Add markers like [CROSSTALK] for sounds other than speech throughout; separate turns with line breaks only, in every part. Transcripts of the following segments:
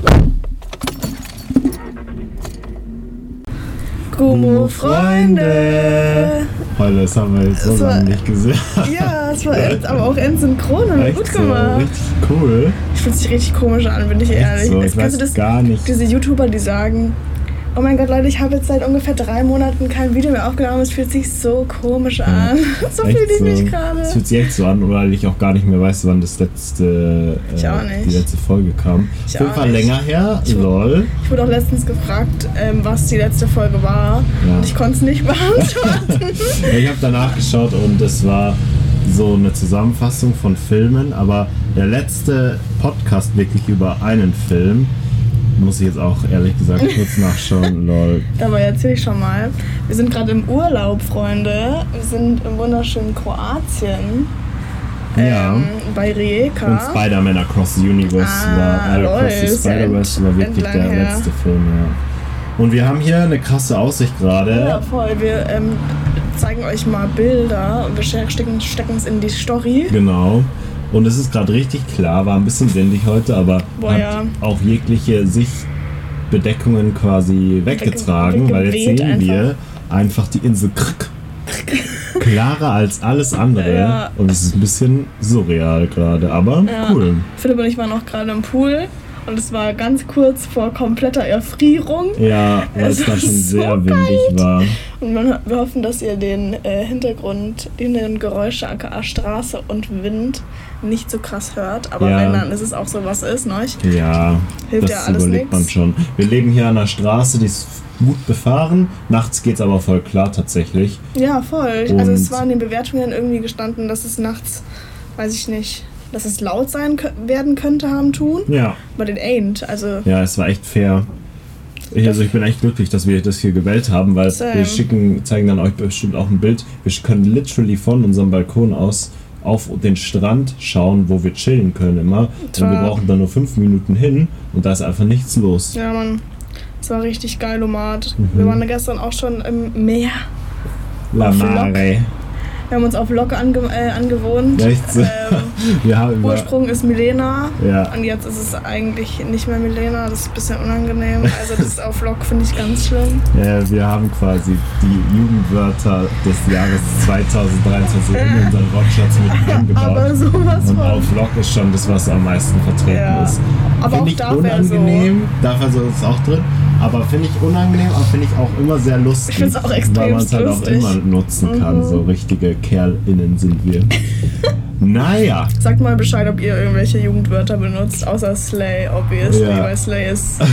Oh, Gummo-Freunde.
Boah, das haben wir jetzt so
Das war-
lange nicht
[LAUGHS]
gesehen.
Ja, es war end, aber auch endsynchron und
Echt
gut
so,
gemacht.
richtig cool.
Ich fühle sich richtig komisch an, bin ich
Echt
ehrlich.
so, ich
Kennst
weiß
du das,
gar nicht.
diese YouTuber, die sagen, oh mein Gott, Leute, ich habe jetzt seit ungefähr drei Monaten kein Video mehr aufgenommen, es fühlt sich so komisch an. [LAUGHS] so
Echt
fühle ich
so.
mich gerade.
Es fühlt sich echt so an, oder ich auch gar nicht mehr weiß, wann das letzte, äh,
Ich auch nicht.
die letzte Folge kam.
Ich
Auf jeden
auch
Fall
nicht.
länger her,
Ich-
lol.
Ich wurde auch letztens gefragt, ähm, was die letzte Folge war.
Ja.
Und ich konnte es nicht [LAUGHS]
[LAUGHS]
beantworten.
Ich habe danach geschaut und es war so eine Zusammenfassung von Filmen, aber der letzte Podcast wirklich über einen Film, muss ich jetzt auch ehrlich
[LAUGHS]
gesagt kurz nachschauen, lol.
Dabei erzähle ich schon mal. Wir sind gerade im Urlaub, Freunde. Wir sind im wunderschönen Kroatien.
Ja.
Ähm, bei Rijeka.
Und Spider-Man Across the Universe
Ah,
war, äh,
lol,
Across the
ist ja
Spider-Verse war wirklich
entlang
der
her.
letzte Film, ja. Und wir haben hier eine krasse Aussicht
Ja,
gerade.
voll. Wir ähm, zeigen euch mal Bilder und wir stecken stecken es in die Story.
Genau. Und es ist gerade richtig klar, war ein bisschen windig heute, aber
Boah,
hat
ja.
auch jegliche Sichtbedeckungen quasi weggetragen, weil jetzt
weggeweht
sehen wir einfach die Insel
[LAUGHS]
Krk. klarer als alles andere.
Ja.
Und es ist ein bisschen surreal gerade, aber
Ja.
cool.
Philipp und ich waren auch gerade im Pool und es war ganz kurz vor kompletter Erfrierung.
Ja, weil es,
Es
da
war
schon
so
sehr windig war.
Und wir, wir hoffen, dass ihr den äh, Hintergrund, die Hintergrundgeräusche, aka Straße und Wind, nicht so krass hört. Aber
Ja.
wenn, dann ist es auch so, was ist, ne?
Ja,
Hilft ja
das
alles
überlegt man
nix.
schon. Wir leben hier an einer Straße, die ist gut befahren. Nachts geht's aber voll klar tatsächlich.
Ja, voll. also es
Und-
war in den Bewertungen irgendwie gestanden, dass es nachts, weiß ich nicht, dass es laut sein kö- werden könnte, haben tun.
Ja,
But it ain't. Also
ja, es war echt fair. Ich, also ich bin echt glücklich, dass wir das hier gewählt haben, weil
Same.
wir schicken, zeigen dann euch bestimmt auch ein Bild. Wir können literally von unserem Balkon aus auf den Strand schauen, wo wir chillen können immer. Und wir
Total.
brauchen da nur fünf Minuten hin und da ist einfach nichts los.
Ja, Mann. Es war richtig geil, Omat.
Mhm.
Wir waren gestern auch schon im Meer.
La
Auf
Mare.
Wir haben uns auf Lok ange äh, angewohnt.
Echt so?
Ähm,
[LAUGHS] Wir haben über-
Ursprung ist Milena.
Ja.
Und jetzt ist es eigentlich nicht mehr Milena. Das ist ein bisschen unangenehm. Also das auf Lok finde ich ganz schlimm.
Äh, wir haben quasi die Jugendwörter des Jahres 2023 in unseren Wortschatz mit
[LAUGHS] Aber
eingebaut.
sowas
Und
von.
auf Lock ist schon das, was am meisten vertreten
Ja.
ist.
Aber
Finde
auch
ich
da wär so-
unangenehm, darf also ist auch drin, aber finde ich unangenehm, aber finde ich auch immer sehr lustig.
Ich find's auch
Weil man es
extremst
halt auch
lustig. Mhm.
immer nutzen kann, so richtige KerlInnen
[LAUGHS]
sind wir. naja,
Sagt mal Bescheid, ob ihr irgendwelche Jugendwörter benutzt, außer Slay, obviously,
Ja.
weil Slay
[LAUGHS]
ist
Vor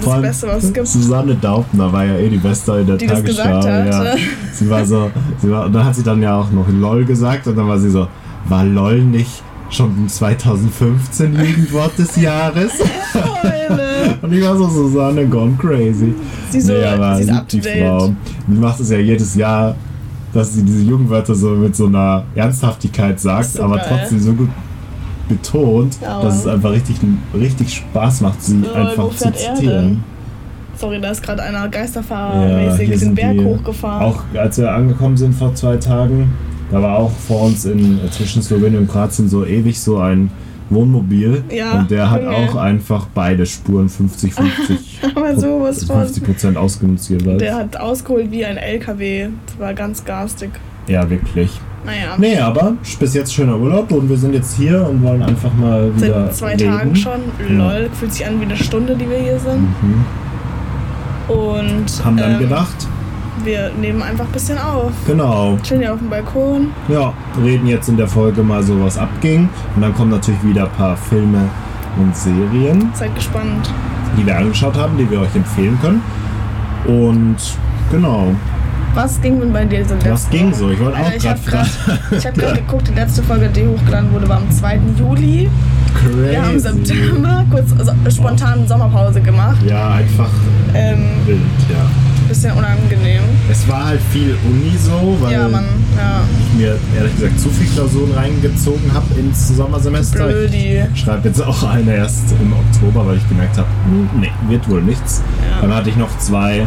das
allem
Beste, was es gibt.
Susanne Daubner war ja eh die Beste in der
Die das
Tagesschau.
gesagt hat,
ja.
ne?
Sie war so, sie war, und dann hat sie dann ja auch noch LOL gesagt und dann war sie so, war LOL nicht schon 2015 Jugendwort des Jahres?
Heule.
Und ich war so, Susanne gone crazy.
Sie so,
aber
sie ist
lieb
up to
die
date.
Frau. Die macht es ja jedes Jahr, dass sie diese Jugendwörter so mit so einer Ernsthaftigkeit sagt,
Ist so
aber
geil.
trotzdem so gut betont,
Ja,
dass
Mann.
es einfach richtig, richtig Spaß macht, sie
Lol, wo
einfach zu
fährt er
zitieren.
denn? Sorry, da ist gerade einer
Ja,
geisterfahrermäßig
hier
den
sind
Berg
die,
hochgefahren.
Auch als wir angekommen sind vor zwei Tagen, da war auch vor uns in, äh, zwischen Slowenien und Kroatien so ewig so ein Wohnmobil.
Ja,
und der hat
Junge.
auch einfach beide Spuren 50-50
[LAUGHS] Aber sowas von.
50 Prozent ausgenutzt jeweils.
Der hat ausgeholt wie ein LKW. Das war ganz garstig.
Ja, wirklich.
Naja,
Nee, aber bis jetzt schöner Urlaub und wir sind jetzt hier und wollen einfach mal wieder.
seit zwei
reden.
Tagen schon.
Ja.
Lol, fühlt sich an wie eine Stunde, die wir hier sind.
Mhm.
Und
Haben dann
ähm,
gedacht,
wir nehmen einfach ein bisschen auf.
genau.
Chillen hier auf dem Balkon.
Ja, reden jetzt in der Folge mal so, was abging. Und dann kommen natürlich wieder ein paar Filme und Serien,
Seid gespannt.
die wir angeschaut haben, die wir euch empfehlen können. Und genau,
Was ging denn bei dir so
was ging so? Ich wollte auch
Alter, ich
gerade
habe
fragen.
gerade hab
[LAUGHS]
grad geguckt, die letzte Folge, die hochgeladen wurde, war am 2. Juli. [LAUGHS] Wir haben im
Crazy.
September kurz so, spontan Sommerpause gemacht.
Ja, einfach
Ähm,
wild, ja.
bisschen unangenehm.
Es war halt viel Uni so, weil
Ja, Mann, ja.
ich mir ehrlich gesagt zu viel Klausuren reingezogen habe ins Sommersemester.
Blödi.
schreibe jetzt auch eine erst im Oktober, weil ich gemerkt habe, hm, nee, wird wohl nichts.
Ja.
Dann hatte ich noch zwei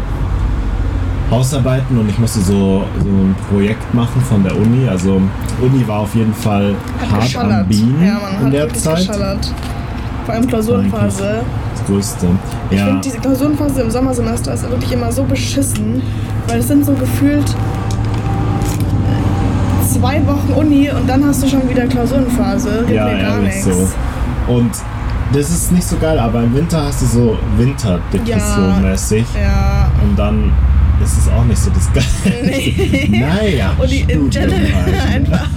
Hausarbeiten und ich musste so, so ein Projekt machen von der Uni. Also Uni war auf jeden Fall
Hat
hart
geschallert.
am Bienen
ja, Mann,
in
hat
der
wirklich
Zeit.
geschallert. Vor allem Klausurenphase.
Das Größte.
Ich
Ja,
finde diese Klausurenphase im Sommersemester ist wirklich immer so beschissen, weil es sind so gefühlt äh, zwei Wochen Uni und dann hast du schon wieder Klausurenphase. Gibt
ja
mir gar nichts.
ehrlich so. Und das ist nicht so geil, aber im Winter hast du so Winterdepression
Ja.
mäßig.
Ja.
Und dann ist es auch nicht so das Geile.
Nee.
[LAUGHS] Naja,
Uni in
Studium
general
halt.
[LAUGHS] einfach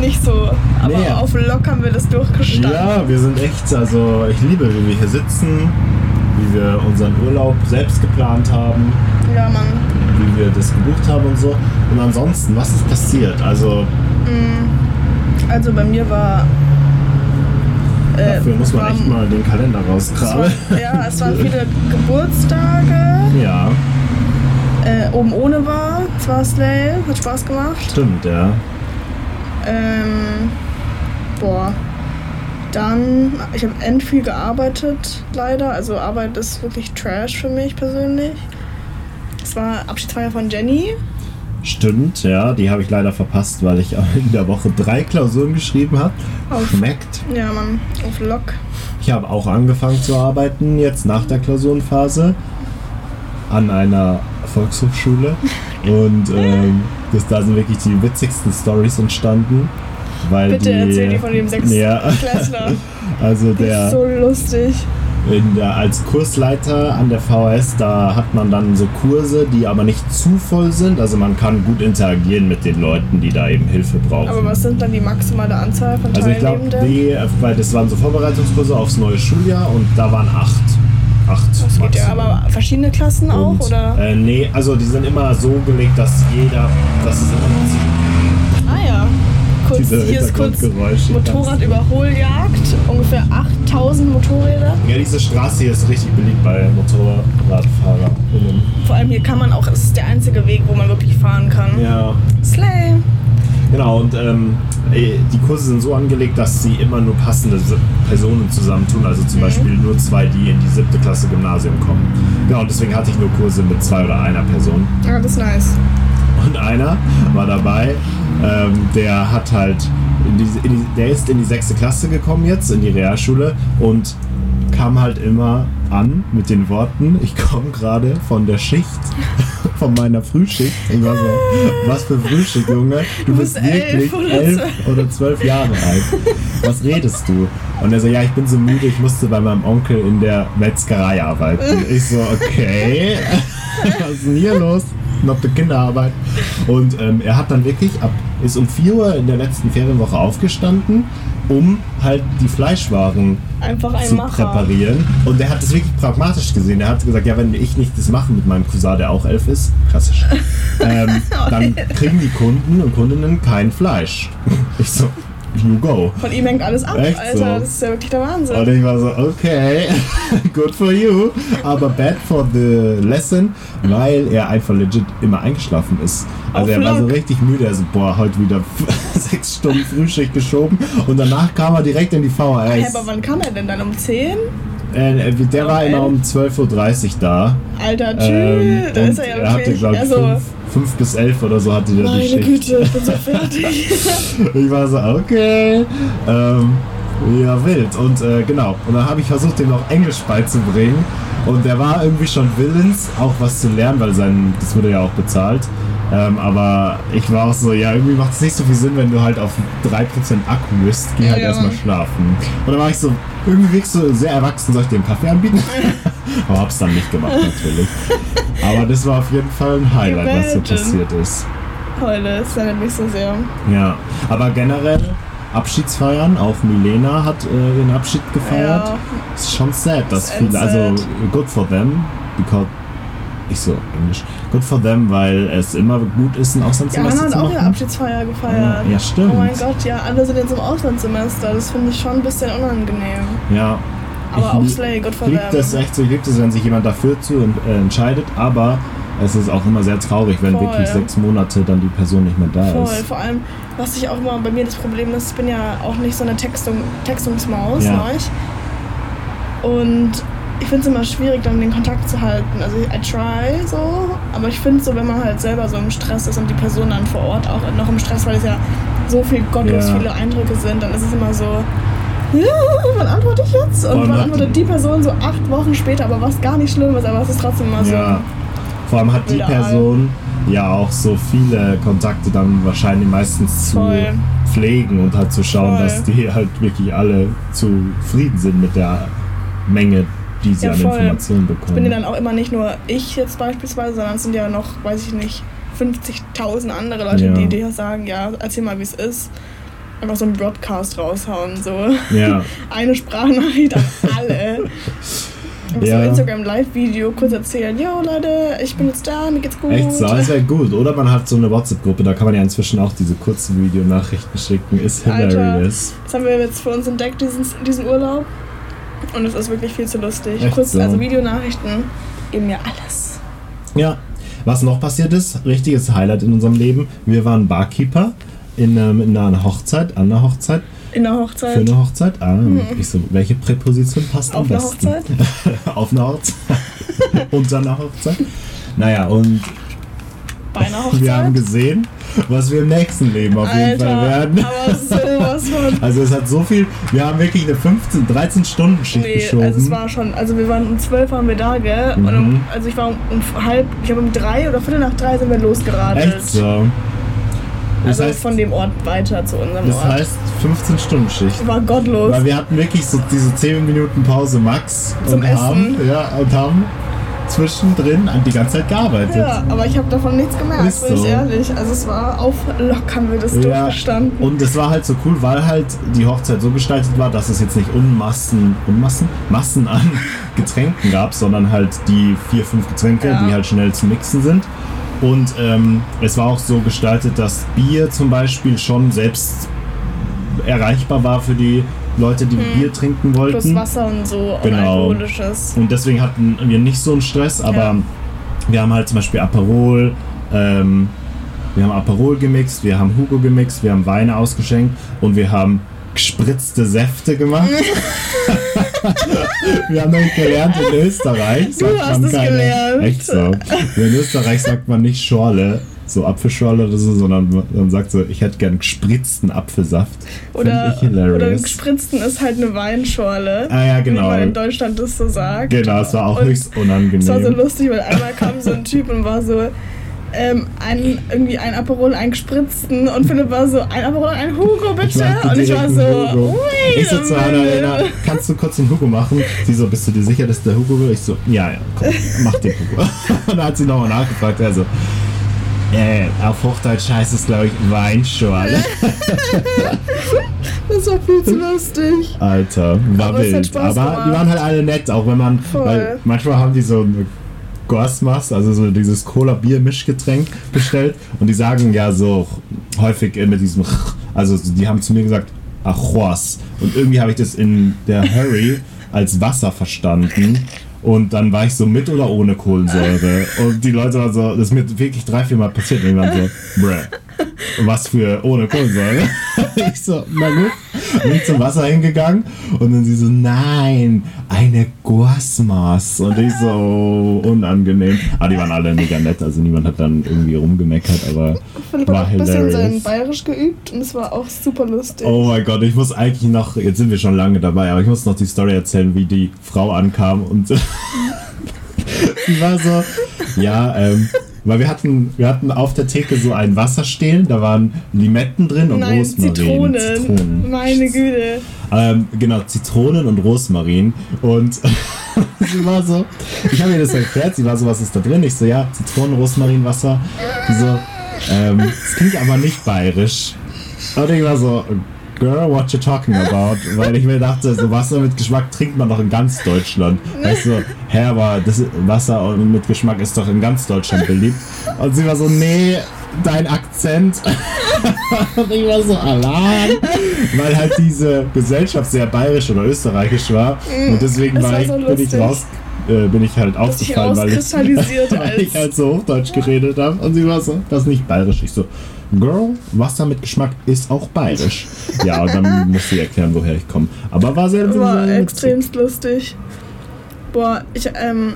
nicht so. Aber
Nee.
auf Lock haben wir das durchgestanden.
Ja, wir sind echt, also ich liebe, wie wir hier sitzen, wie wir unseren Urlaub selbst geplant haben,
Ja, Mann.
wie wir das gebucht haben und so. Und ansonsten, was ist passiert? Also
Also bei mir war. äh,
dafür muss man
war-
echt mal den Kalender
Es war,
rauskramen.
ja, es waren viele Geburtstage.
[LAUGHS] Ja,
Äh, oben ohne war. Es war Slay. Hat Spaß gemacht.
stimmt, ja.
Ähm, boah. Dann, ich habe end viel gearbeitet, leider. Also Arbeit ist wirklich Trash für mich persönlich. Es war Abschiedsfeier von Jenny.
Stimmt, ja, die habe ich leider verpasst, weil ich in der Woche drei Klausuren geschrieben habe.
Auf.
Schmeckt.
Ja, Mann, auf Lock.
Ich habe auch angefangen zu arbeiten, jetzt nach der Klausurenphase, an einer
[LAUGHS]
Volkshochschule. Und ähm, das, da sind wirklich die witzigsten Stories entstanden. Weil
Bitte
die,
erzähl dir von dem sechs
Ja, [LAUGHS]
Klässler.
also
Das
der,
ist so lustig.
in der, als Kursleiter an der VHS, da hat man dann so Kurse, die aber nicht zu voll sind. Also man kann gut interagieren mit den Leuten, die da eben Hilfe brauchen.
Aber was sind dann die maximale Anzahl von
Also ich glaube,
Teilnehmenden?
die, weil das waren so Vorbereitungskurse aufs neue Schuljahr und da waren acht. Acht
das geht ja,
maximal.
aber verschiedene Klassen auch,
und,
oder?
Äh, nee, also die sind immer so gelegt, dass jeder, das ist immer
Ah ja. Kurz,
Diese
hier ist kurz
Hintergrundgeräusche.
Motorradüberholjagd. Ungefähr 8000 Motorräder.
ja, diese Straße hier ist richtig beliebt bei Motorradfahrern.
Vor allem hier kann man auch, es ist der einzige Weg, wo man wirklich fahren kann.
Ja,
Slay!
genau. Und ähm, äh, die Kurse sind so angelegt, dass sie immer nur passende S- Personen zusammentun. Also
Mhm.
zum Beispiel nur zwei, die in die siebte Klasse Gymnasium kommen. Genau, und deswegen hatte ich nur Kurse mit zwei oder einer Person.
Ja, das ist nice.
Und einer war dabei, ähm, der hat halt, in die, in die, der ist in die sechste Klasse gekommen jetzt, in die Realschule und kam halt immer an mit den Worten, ich komme gerade von der Schicht, [LAUGHS] von meiner Frühschicht. Ich war so, was für Frühschicht, Junge? Du,
Du
bist,
bist
wirklich
elf oder
elf
zwölf."
oder zwölf Jahre alt. Was redest du? Und er so, ja, ich bin so müde, ich musste bei meinem Onkel in der Metzgerei arbeiten. Ich so, okay, [LAUGHS] was ist denn hier los? Noch die Kinderarbeit. Und ähm, er hat dann wirklich ab, ist um 4 Uhr in der letzten Ferienwoche aufgestanden, um halt die Fleischwaren
Einfach ein
zu
Macher.
präparieren. Und er hat das wirklich pragmatisch gesehen. Er hat gesagt, ja, wenn ich nicht das mache mit meinem Cousin, der auch elf ist,
[LAUGHS]
klassisch, ähm, dann kriegen die Kunden und Kundinnen kein Fleisch. Ich so, you go.
Von ihm hängt alles ab,
Echt
Alter.
so?
Das ist ja wirklich der Wahnsinn.
Und ich war so, okay, [LAUGHS] good for you, aber bad for the lesson, weil er einfach legit immer eingeschlafen ist. Also
Auf
er war so
Lock.
richtig müde, also boah, heute wieder [LAUGHS] sechs Stunden Frühschicht geschoben und danach kam er direkt in die
Hä,
VHS.
aber wann kam er denn dann? Um 10?
Äh, der war immer um 12.30 Uhr da.
Alter, tschüss.
Ähm,
da
und
ist er ja
er hatte,
wirklich.
glaube ich,
also,
fünf, fünf bis elf oder so hatte der die
meine
Schicht.
Güte, ich bin so fertig. [LAUGHS]
Ich war so, okay. Ähm, ja, wild. Und äh, genau. Und dann habe ich versucht, dem noch Englisch beizubringen. Und der war irgendwie schon willens, auch was zu lernen, weil sein, das wurde ja auch bezahlt. Ähm, aber ich war auch so, ja, irgendwie macht es nicht so viel Sinn, wenn du halt auf 3% Akku bist. Geh halt
Ja.
erstmal schlafen. Und dann war ich so, irgendwie wirkst du sehr erwachsen, soll ich dir einen
[LAUGHS]
Kaffee anbieten? aber hab's dann nicht gemacht, natürlich. Aber das war auf jeden Fall ein Highlight, was so
Imagine.
passiert ist.
Heule, das erinnert mich so sehr.
Ja, aber generell Abschiedsfeiern, auch Milena hat äh, ihren Abschied gefeiert.
Ja.
Ist schon sad, dass
Ist
viele,
sad.
also good for them, because ich so Englisch, good for them, weil es immer gut ist, ein
Ja, Hannah
Auslandssemester
hat
zu
auch ihre
machen.
Abschiedsfeier gefeiert.
Ja, stimmt.
Oh mein Gott, ja, alle sind jetzt im Auslandssemester. Das finde ich schon ein bisschen unangenehm.
Ja.
Aber auch
lieb-
Slay, good for
lieb
them.
das echt so, ich lieb das, wenn sich jemand dafür zu äh, entscheidet, aber es ist auch immer sehr traurig, wenn
Voll.
wirklich sechs Monate dann die Person nicht mehr da
Voll,
ist.
vor allem, was ich auch immer bei mir das Problem ist, ich bin ja auch nicht so eine Textung, Textungsmaus,
Ja.
ne, ich. Und ich finde es immer schwierig, dann den Kontakt zu halten. Also I try so, aber ich finde so, wenn man halt selber so im Stress ist und die Person dann vor Ort auch noch im Stress, weil es ja so viel gottlos
Ja.
viele Eindrücke sind, dann ist es immer so, wann antworte ich jetzt? Und
Vor allem
wann
hat-
antwortet die Person so acht Wochen später, aber was gar nicht schlimm ist, aber es ist trotzdem immer so.
Ja. Vor allem hat die
Wieder
Person ja auch so viele Kontakte dann wahrscheinlich meistens zu
Voll.
pflegen und halt zu schauen,
Voll.
dass die halt wirklich alle zufrieden sind mit der Menge, die sie
Ja,
an
voll.
Informationen bekommen.
Ich bin ja dann auch immer nicht nur ich jetzt beispielsweise, sondern es sind ja noch, weiß ich nicht, 50.000 andere Leute,
Ja.
die dir sagen, ja, erzähl mal, wie es ist. Einfach so einen Broadcast raushauen, so. [LAUGHS]
ja,
eine Sprachnachricht an
[LAUGHS]
alle. Und
Ja.
So Instagram-Live-Video kurz erzählen, yo Leute, ich bin jetzt da, mir geht's gut.
echt so, das wäre gut. Oder man hat so eine WhatsApp-Gruppe, da kann man ja inzwischen auch diese kurzen Videonachrichten schicken. Ist
Alter.
hilarious.
Das haben wir jetzt für uns entdeckt, diesen, diesen Urlaub. Und es ist wirklich viel zu lustig.
Echt
kurz,
so.
also Videonachrichten geben mir alles.
Ja. Was noch passiert ist, richtiges Highlight in unserem Leben, wir waren Barkeeper in, ähm, in einer Hochzeit, an einer Hochzeit.
In der
Für
Hochzeit.
eine Hochzeit? Ah, ich so, welche Präposition passt am
Auf einer
besten?
Hochzeit?
Auf
[LAUGHS]
einer Hochzeit. Unter einer Hochzeit. Naja, und
Bei einer
[LAUGHS] wir haben
Hochzeit.
gesehen, was wir im nächsten Leben auf jeden Fall
Alter,
werden.
aber sowas
[LAUGHS]
von.
Also es hat so viel, wir haben wirklich eine 15, 13 Stunden Schicht
Nee,
geschoben.
also es war schon, also wir waren um 12 waren wir da, gell? Und um,
Mhm.
also ich war um, um halb, ich glaube um drei oder viertel nach drei sind wir losgeradelt.
Echt so. Das
Also
heißt,
von dem Ort weiter zu unserem
das
Ort.
heißt 15 Stunden Schicht.
war gottlos.
Weil wir hatten wirklich so diese 10 Minuten Pause max
Zum
und haben, ja, und haben zwischendrin die ganze Zeit gearbeitet.
Ja, aber ich habe davon nichts gemerkt,
Ist
bin
so.
ich ehrlich. Also es war auf Lock haben wir das
Ja,
durchgestanden.
und es war halt so cool, weil halt die Hochzeit so gestaltet war, dass es jetzt nicht Unmassen, Unmassen? Massen an [LAUGHS] Getränken gab, sondern halt die vier, fünf Getränke,
Ja.
die halt schnell zu mixen sind. Und ähm, es war auch so gestaltet, dass Bier zum Beispiel schon selbst erreichbar war für die Leute, die Bier trinken wollten.
Mhm. Plus Wasser und so und
Mhm. Genau.
alkoholisches.
Und deswegen hatten wir nicht so einen Stress, aber
Ja.
wir haben halt zum Beispiel Aperol, ähm, wir haben Aperol gemixt, wir haben Hugo gemixt, wir haben Weine ausgeschenkt und wir haben gespritzte Säfte gemacht.
[LAUGHS]
wir haben nämlich gelernt in Österreich.
Du
sagt
hast
man
es gelernt.
Echt so. In Österreich sagt man nicht Schorle, so Apfelschorle oder so, sondern man sagt so, ich hätte gern gespritzten Apfelsaft.
Oder,
Find ich hilarious.
oder im Gespritzten ist halt eine Weinschorle.
Ah ja,
Wie
genau.
man in Deutschland das so sagt.
Genau, es war auch
Und
höchst unangenehm.
Es war so lustig, weil einmal kam so ein Typ und war so ähm, ein, irgendwie ein Aperol, ein Gespritzten und Philipp war so ein Aperol, ein Hugo bitte.
machte
und ich
direkt
war
einen
so,
Hugo.
wait
Ich so
a
zu Hannah,
minute.
Lena, kannst du kurz den Hugo machen? Sie so, bist du dir sicher, dass der Hugo will? Ich so, ja, ja, komm, mach den Hugo. [LAUGHS] Und dann hat sie nochmal nachgefragt, er so, äh, auf Hochdeutsch heißt es, glaube ich, Weinschorle.
Das war viel zu lustig.
Alter, war
Aber es hat
wild.
Spaß
Aber die
gemacht.
waren halt alle nett, auch wenn man,
Voll.
weil manchmal haben die so eine Gosmas, also so dieses Cola-Bier-Mischgetränk bestellt und die sagen ja so häufig äh, mit diesem, also die haben zu mir gesagt, Achuas. Und irgendwie habe ich das in der Hurry als Wasser verstanden. Und dann war ich so mit oder ohne Kohlensäure. Und die Leute waren so, das ist mir wirklich drei, vier Mal passiert. Und die waren so, bruh was für ohne Kohlensäure. [LAUGHS] ich so, na gut. Bin zum Wasser hingegangen und dann sie so, nein, eine Guasmas. Und ich so, oh, unangenehm. Aber die waren alle mega nett, also niemand hat dann irgendwie rumgemeckert, aber
Philipp
war
hat ein bisschen sein
hilarious.
Bayerisch geübt und es war auch super lustig.
Oh mein Gott, ich muss eigentlich noch, jetzt sind wir schon lange dabei, aber ich muss noch die Story erzählen, wie die Frau ankam und [LAUGHS] sie war so, ja, ähm, weil wir hatten, wir hatten auf der Theke so ein Wasser stehen, da waren Limetten drin und
Nein,
Rosmarin.
Zitronen.
Zitronen.
Meine Güte.
Ähm, genau, Zitronen und Rosmarin. Und [LAUGHS] sie war so, ich habe ihr das erklärt, sie war so, was ist da drin? Ich so, ja, Zitronen, Rosmarin, Wasser. Sie so, ähm, es klingt aber nicht bayerisch. Und ich war so, Girl, what you talking about? Weil ich mir dachte, so Wasser mit Geschmack trinkt man doch in ganz Deutschland. Weißt du, hä, aber das Wasser mit Geschmack ist doch in ganz Deutschland beliebt. Und sie war so, nee, dein Akzent. Und ich war so allein, [LAUGHS] weil halt diese Gesellschaft sehr bayerisch oder österreichisch war. Und deswegen
das
war
Mm. war
ich,
so
bin ich
lustig.
raus, äh, bin ich halt
Hat sich
aufgefallen, weil ich
auskristallisiert
[LAUGHS] weil
als.
ich halt so Hochdeutsch geredet habe und sie war so, das ist nicht bayerisch. Ich so, Girl, Wasser mit Geschmack ist
[LAUGHS]
auch bayerisch. Ja, und dann musste ich erklären, woher ich komme. Aber war sehr
War
sehr-
extremst lustig. Boah, ich, ähm,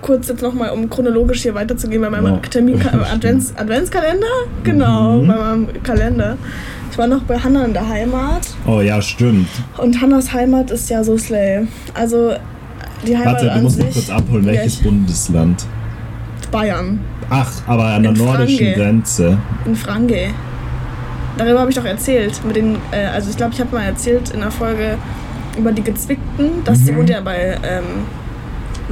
kurz jetzt nochmal, um chronologisch hier weiterzugehen, bei meinem
Ja.
Termin, Advents, Adventskalender? Genau,
Mhm.
bei meinem Kalender Ich war noch bei Hannah in der Heimat
Oh ja, stimmt.
und Hannas Heimat ist ja so Slay. Also die Heimat
Warte, du
an
musst mich
sich
kurz abholen.
Ja,
Welches
ich-
Bundesland?
Bayern
Ach, aber an der
In
nordischen
Franke.
Grenze.
in Franke. Darüber habe ich doch erzählt mit den äh, also ich glaube, ich habe mal erzählt in der Folge über die Gezwickten, dass die wohnt ja bei ähm,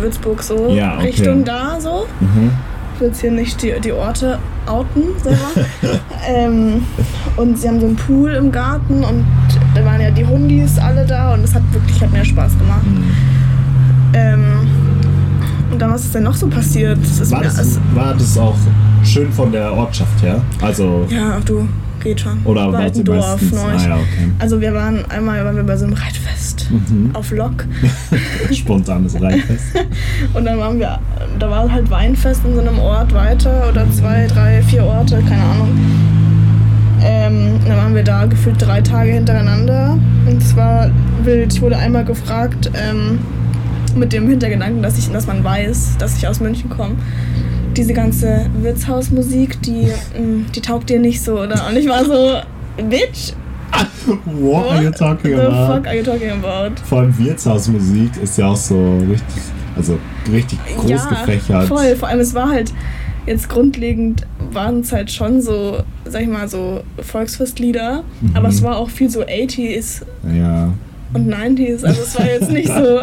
Würzburg so
Mhm. Ja, okay.
Richtung da so.
Mhm.
Ich will jetzt hier nicht die, die Orte outen
[LAUGHS]
selber. ähm, und sie haben so einen Pool im Garten und da waren ja die Hundis alle da und es hat wirklich hat mir Spaß gemacht.
Mhm.
Ähm, und dann was ist denn noch so passiert? Das ist
War,
mir-
das,
es-
war das auch schön von der Ortschaft her? Also,
ja, du, geht schon.
oder war
halt
sie
ein Dorf,
meistens?
neu.
Ah ja, okay.
[LAUGHS] Also wir waren einmal waren wir bei so einem Reitfest
Mhm.
auf Lok
Spontanes Reifest.
[LAUGHS] und dann waren wir, da war halt Weinfest in so einem Ort weiter
Mhm.
oder zwei, drei, vier Orte, keine Ahnung. Ähm, dann waren wir da gefühlt drei Tage hintereinander und es war wild. Ich wurde einmal gefragt ähm, mit dem Hintergedanken, dass, ich, dass man weiß, dass ich aus München komme. Diese ganze Wirtshausmusik,
[LAUGHS]
die, mh, die taugt dir nicht so, oder? Und ich war so, Bitch,
What are you talking
the
about?
fuck are you talking about?
Vor allem Wirtshausmusik ist ja auch so richtig, also richtig groß gefächert.
Voll, vor allem es war halt jetzt grundlegend waren es halt schon so, sag ich mal, so Volksfestlieder,
Mhm.
aber es war auch viel so 80s
Ja.
und 90s, also es war jetzt nicht
[LAUGHS]
so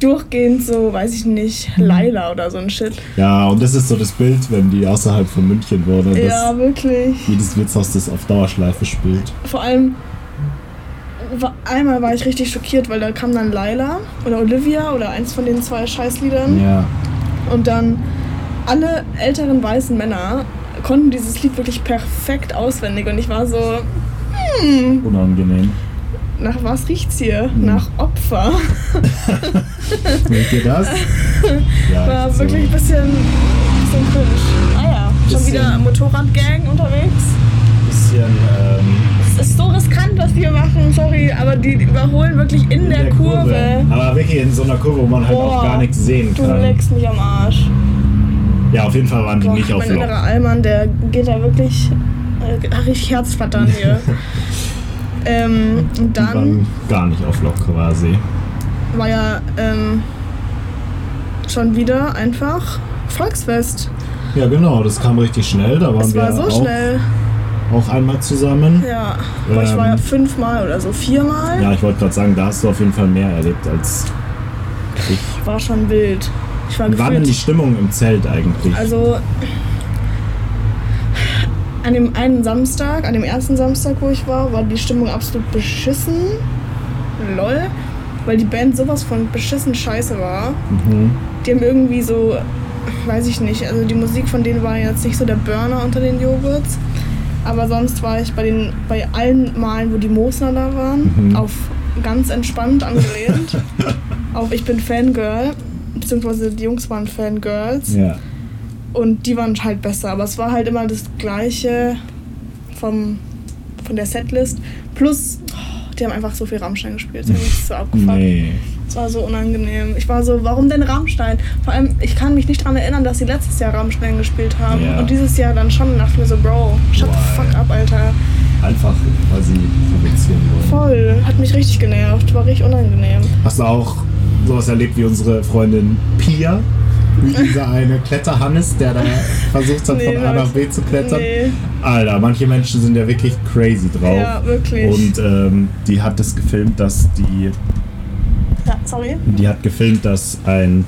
durchgehend so, weiß ich
Mhm.
nicht, Laila oder so ein Shit.
ja, und das ist so das Bild, wenn die außerhalb von München wurde, dass
ja, wirklich.
jedes Wirtshaus das auf Dauerschleife spielt.
Vor allem wa- einmal war ich richtig schockiert, weil da kam dann Laila oder Olivia oder eins von den zwei Scheißliedern.
Ja.
Und dann alle älteren weißen Männer konnten dieses Lied wirklich perfekt auswendig und ich war so,
Unangenehm.
nach was riecht's hier?
Mhm.
Nach
[LAUGHS]
Opfer.
Merkt
[LAUGHS]
ihr das? Ja,
War
so.
wirklich ein bisschen, bisschen cringe. Ah ja, schon
Bisschen.
wieder Motorradgang unterwegs.
bisschen ähm,
Es ist so riskant, was die hier machen, sorry, aber die überholen wirklich in,
in
der, Kurve.
Aber wirklich in so einer Kurve, wo man halt auch
Boah,
gar nichts sehen
Du
kann.
leckst mich am Arsch.
Ja, auf jeden Fall waren die
Boah,
nicht auf
mein
Lock.
innerer Allmann, der geht da wirklich äh, geht da richtig Herzflattern
[LAUGHS]
hier. ähm, und
Die
dann.
waren gar nicht auf Lock quasi.
war ja ähm, schon wieder einfach Volksfest.
Ja, genau, das kam richtig schnell. Da waren
Es
wir
war so
auch,
schnell.
auch einmal zusammen.
Ja. Boah, ich war ja
Ähm.
fünfmal oder so, viermal.
Ja, ich wollte gerade sagen, da hast du auf jeden Fall mehr erlebt als ich.
War schon wild. Ich war
Wie war denn die
gefühlt.
Stimmung im Zelt eigentlich?
Also an dem einen Samstag, an dem ersten Samstag, wo ich war, war die Stimmung absolut beschissen. Lol. Weil die Band sowas von beschissen scheiße war.
mhm.
Die haben irgendwie so, weiß ich nicht, also die Musik von denen war jetzt nicht so der Burner unter den Joghurts. Aber sonst war ich bei, den, bei allen Malen, wo die Mosner da waren, auf ganz entspannt angelehnt. auf Ich bin Fangirl, beziehungsweise die Jungs waren Fangirls.
Ja.
Und die waren halt besser. Aber es war halt immer das Gleiche vom, von der Setlist. Plus, oh, die haben einfach so viel Rammstein gespielt. Das hat mich so abgefuckt.
Nee.
Es war so unangenehm. Ich war so, warum denn Rammstein? Vor allem, ich kann mich nicht daran erinnern, dass sie letztes Jahr Rammstein gespielt haben.
Ja.
Und dieses Jahr dann schon dachte ich mir so, Bro, shut
Why?
the fuck up, Alter.
Einfach quasi provozieren wollen.
Voll. Hat mich richtig genervt. War richtig unangenehm.
Hast du auch sowas erlebt wie unsere Freundin Pia?
[LAUGHS]
Wie dieser eine Kletterhannes, der da versucht hat,
Nee,
von A nach
was?
B zu klettern.
Nee.
Alter, manche Menschen sind ja wirklich crazy drauf.
Ja, wirklich.
Und ähm, die hat das gefilmt, dass die
Ja, sorry.
Die hat gefilmt, dass ein